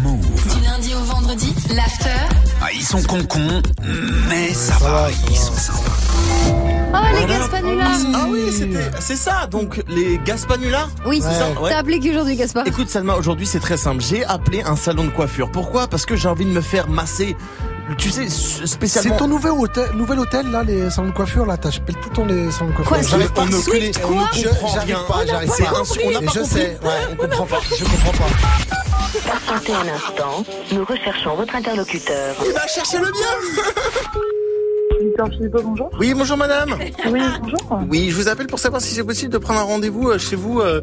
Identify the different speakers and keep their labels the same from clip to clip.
Speaker 1: Du lundi au vendredi, l'after.
Speaker 2: Ah, ils sont concons, mais ça, va, ils sont sympas.
Speaker 3: Oh les Gaspanulas
Speaker 1: Mmh.
Speaker 4: Ah oui, c'était, c'est ça, donc les Gaspanulas
Speaker 3: Oui, c'est ça.
Speaker 4: ouais.
Speaker 3: T'as appelé qui aujourd'hui, Gaspard
Speaker 4: Écoute Salma, aujourd'hui c'est très simple, j'ai appelé un salon de coiffure. Pourquoi Parce que j'ai envie de me faire masser, tu sais, s- spécialement...
Speaker 5: C'est ton nouvel hôtel, nouvel hôtel là, les salons de coiffure là, t'appelles tout le temps les salons de coiffure.
Speaker 3: Quoi,
Speaker 5: J'arrive pas,
Speaker 4: on ne
Speaker 5: je-
Speaker 3: Swift, quoi
Speaker 5: je-
Speaker 4: comprend rien.
Speaker 5: J'arrive pas, j'arrive
Speaker 4: C'est
Speaker 5: pas.
Speaker 4: insu- on n'a
Speaker 5: Et
Speaker 4: pas
Speaker 5: je
Speaker 4: compris.
Speaker 5: sais, ouais, on comprend pas, je comprends pas.
Speaker 6: Patientez un instant, nous recherchons votre interlocuteur.
Speaker 4: Il va chercher le bien
Speaker 7: Victor Philippot, bonjour.
Speaker 4: Oui, bonjour madame
Speaker 7: Oui, bonjour.
Speaker 4: Oui, je vous appelle pour savoir si c'est possible de prendre un rendez-vous euh, chez vous euh,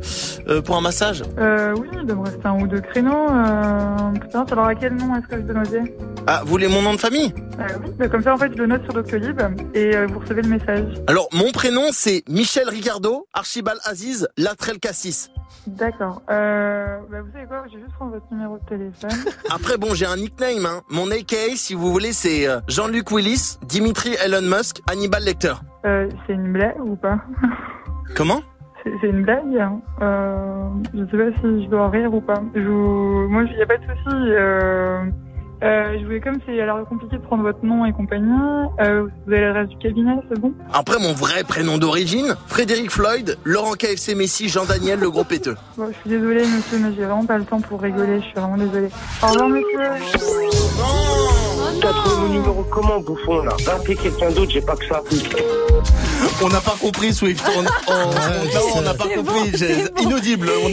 Speaker 4: euh, pour un massage.
Speaker 7: Euh, oui, il doit me rester un ou deux créneaux. Euh, putain, alors à quel nom est-ce que je dois noter
Speaker 4: Ah, vous voulez mon nom de famille
Speaker 7: euh, oui, bah, Comme ça, en fait, je le note sur Doctolib et euh, vous recevez le message.
Speaker 4: Alors, mon prénom c'est Michel Ricardo, Archibald Aziz, Latrell Cassis.
Speaker 7: D'accord. Euh, bah, vous savez quoi Je vais juste prendre votre numéro de téléphone.
Speaker 4: Après, bon, j'ai un nickname. Hein. Mon AKA, si vous voulez, c'est euh, Jean-Luc Willis, Dimitri Elon Musk, Hannibal Lecter.
Speaker 7: euh, c'est une blague ou pas
Speaker 4: Comment
Speaker 7: C'est c'est une blague hein. euh, Je sais pas si je dois rire ou pas. Je vous... Moi, il n'y a pas de souci. Euh... Euh, je voulais, comme c'est a l'air compliqué de prendre votre nom et compagnie, euh, vous avez l'adresse du cabinet, c'est bon
Speaker 4: Après, mon vrai prénom d'origine, Frédéric Floyd, Laurent KFC Messi, Jean Daniel, le gros péteux.
Speaker 7: Bon, je suis désolée, monsieur, mais j'ai vraiment pas le temps pour rigoler. Je suis vraiment désolée. Au revoir, monsieur.
Speaker 3: Oh
Speaker 8: T'as trouvé mon
Speaker 3: non
Speaker 8: numéro comment, bouffon, là Va appeler quelqu'un d'autre, j'ai pas que ça.
Speaker 4: On n'a pas compris, Swift. On, on-
Speaker 5: Ouais,
Speaker 4: non,
Speaker 5: je
Speaker 4: on
Speaker 5: sais.
Speaker 4: n'a pas
Speaker 3: C'est bon,
Speaker 4: compris. J'ai-
Speaker 3: c'est bon.
Speaker 4: Inaudible. On